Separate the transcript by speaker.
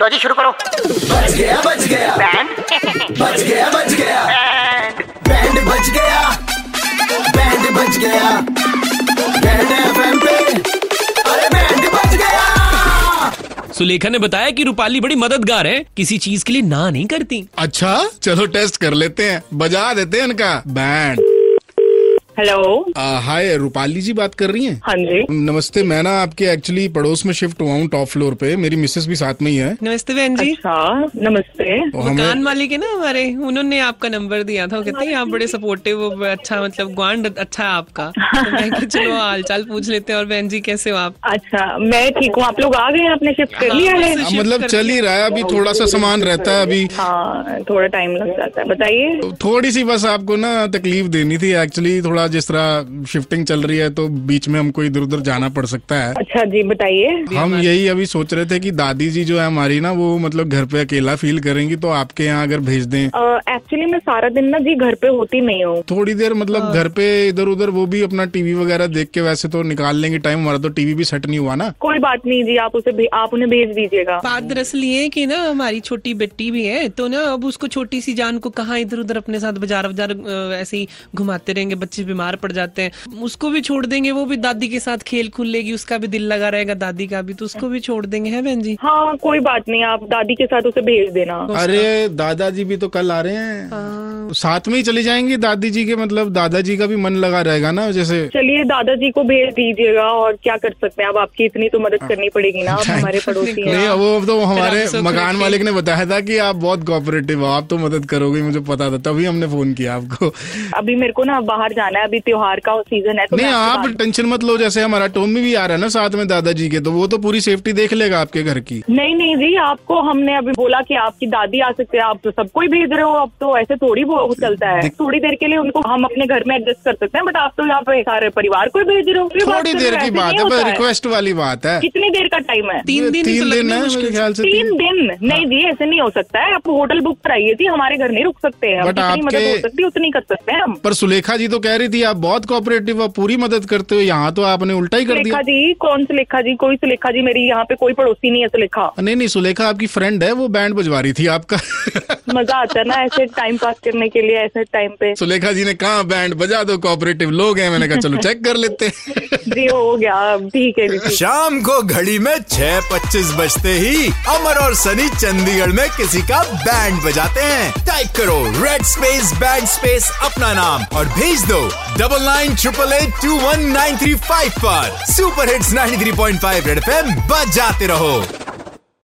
Speaker 1: लो जी शुरू करो
Speaker 2: बच गया बच गया
Speaker 1: बैंड
Speaker 2: बच गया बच गया बैंड बच गया बैंड बच गया बैंड एफएम पे अरे बैंड बच गया
Speaker 3: सुलेखा ने बताया कि रूपाली बड़ी मददगार है किसी चीज के लिए ना नहीं करती
Speaker 4: अच्छा चलो टेस्ट कर लेते हैं बजा देते हैं इनका बैंड
Speaker 5: हेलो
Speaker 4: आ, हाय रूपाली जी बात कर रही हैं
Speaker 5: हाँ जी
Speaker 4: नमस्ते मैं ना आपके एक्चुअली पड़ोस में शिफ्ट हुआ हूँ टॉप फ्लोर पे मेरी मिसेस भी साथ में ही तो है
Speaker 3: नमस्ते बहन जी
Speaker 5: अच्छा नमस्ते
Speaker 4: तो
Speaker 3: मकान मालिक है ना हमारे उन्होंने आपका नंबर दिया था वो कहते हैं आप बड़े सपोर्टिव हो बड़े अच्छा मतलब ग्वांड अच्छा है आपका तो मैं कहा, चलो हालचाल पूछ लेते हैं और बहन जी कैसे हो आप
Speaker 5: अच्छा मैं ठीक हूँ आप लोग आ गए हैं? आपने शिफ्ट कर लिया है
Speaker 4: आ, मतलब चल ही रहा है अभी थोड़ा सा सामान रहता है अभी तो
Speaker 5: हाँ थोड़ा टाइम लग जाता है बताइए
Speaker 4: थोड़ी सी बस आपको ना तकलीफ देनी थी एक्चुअली थोड़ा जिस तरह शिफ्टिंग चल रही है तो बीच में हमको इधर उधर जाना पड़ सकता है
Speaker 5: अच्छा जी बताइए
Speaker 4: हम यही अभी सोच रहे थे कि दादी जी जो है हमारी ना वो मतलब घर पे अकेला फील करेंगी तो आपके यहाँ अगर भेज दें
Speaker 5: एक्चुअली मैं सारा दिन ना जी घर पे होती नहीं हूँ
Speaker 4: थोड़ी देर
Speaker 5: हाँ।
Speaker 4: मतलब घर पे इधर उधर वो भी अपना टीवी वगैरह देख के वैसे तो निकाल लेंगे टाइम हमारा तो टीवी भी सेट नहीं हुआ ना
Speaker 5: कोई बात नहीं जी आप उसे भे- आप उन्हें भेज दीजिएगा
Speaker 3: बात दरअसल ये है कि ना हमारी छोटी बेटी भी है तो ना अब उसको छोटी सी जान को कहाँ इधर उधर अपने साथ बाजार बाजार अ, ऐसे ही घुमाते रहेंगे बच्चे बीमार पड़ जाते हैं उसको भी छोड़ देंगे वो भी दादी के साथ खेल खुल लेगी उसका भी दिल लगा रहेगा दादी का भी तो उसको भी छोड़ देंगे है बहन जी
Speaker 5: हाँ कोई बात नहीं आप दादी के साथ उसे भेज देना
Speaker 4: अरे दादाजी भी तो कल आ रहे
Speaker 5: हाँ।
Speaker 4: हैं साथ में ही चले जाएंगे दादी जी के मतलब दादाजी का भी मन लगा रहेगा ना जैसे
Speaker 5: चलिए दादाजी को भेज दीजिएगा और क्या कर सकते हैं अब आपकी इतनी तो मदद करनी पड़ेगी ना आप
Speaker 4: हाँ।
Speaker 5: हमारे पड़ोसी हैं
Speaker 4: नहीं वो तो हमारे
Speaker 3: फिर आप सो
Speaker 4: मकान
Speaker 3: करके-
Speaker 4: मालिक ने बताया था कि आप बहुत कोऑपरेटिव हो आप तो मदद करोगे मुझे पता था तभी हमने फोन किया आपको
Speaker 5: अभी मेरे को ना बाहर जाना है अभी त्योहार का सीजन है तो
Speaker 4: नहीं
Speaker 5: मैं आपसे
Speaker 4: आप
Speaker 5: बात-
Speaker 4: टेंशन मत लो जैसे हमारा टोमी भी आ रहा है ना साथ में दादाजी के तो वो तो पूरी सेफ्टी देख लेगा आपके घर की
Speaker 5: नहीं नहीं जी आपको हमने अभी बोला कि आपकी दादी आ सकते हैं आप तो सबको ही भेज रहे हो अब तो ऐसे थोड़ी वो वो चलता है थोड़ी देर के लिए उनको हम अपने घर में एडजस्ट कर सकते हैं बट आप तो यहाँ पे सारे परिवार को ही भेज रहे हो ये बात
Speaker 4: थोड़ी
Speaker 5: तो
Speaker 4: देर
Speaker 5: ऐसे
Speaker 4: की
Speaker 5: नहीं
Speaker 4: बात है
Speaker 5: होता
Speaker 4: पर रिक्वेस्ट वाली बात है
Speaker 5: कितनी देर का टाइम है
Speaker 3: तीन दिन ही तो
Speaker 4: तीन दिन
Speaker 3: लगने
Speaker 4: है
Speaker 3: मुश्किल
Speaker 4: मेरे
Speaker 3: से।
Speaker 4: ख्याल से हाँ।
Speaker 5: तीन दिन नहीं जी ऐसे नहीं हो सकता है आप होटल बुक कराइए थी हमारे घर नहीं रुक सकते हैं अब
Speaker 4: But
Speaker 5: जितनी मदद हो
Speaker 4: आपके-
Speaker 5: सकती है उतनी कर सकते हैं हम
Speaker 4: पर सुलेखा जी तो कह रही थी आप बहुत कोऑपरेटिव हो पूरी मदद करते हो यहाँ तो आपने उल्टा ही कर
Speaker 5: सुलेखा
Speaker 4: दिया
Speaker 5: जी कौन सुलेखा जी कोई सुलेखा जी मेरी यहाँ पे कोई पड़ोसी नहीं है सुलेखा
Speaker 4: नहीं नहीं सुलेखा आपकी फ्रेंड है वो बैंड बजवा रही थी आपका
Speaker 5: मजा आता है ना ऐसे टाइम पास करने के लिए ऐसे टाइम पे
Speaker 4: सुलेखा जी ने कहा बैंड बजा दो कोऑपरेटिव लोग हैं मैंने कहा चलो चेक कर लेते हैं
Speaker 5: जी हो गया अब ठीक है जी ठीक है।
Speaker 6: शाम को घड़ी में छह पच्चीस बजते ही अमर और सनी चंडीगढ़ में किसी का बैंड बजाते हैं टाइप करो रेड स्पेस बैंड स्पेस अपना नाम और भेज दो double nine triple eight two one nine three five पर super hits 93.5 three point five red F बजाते रहो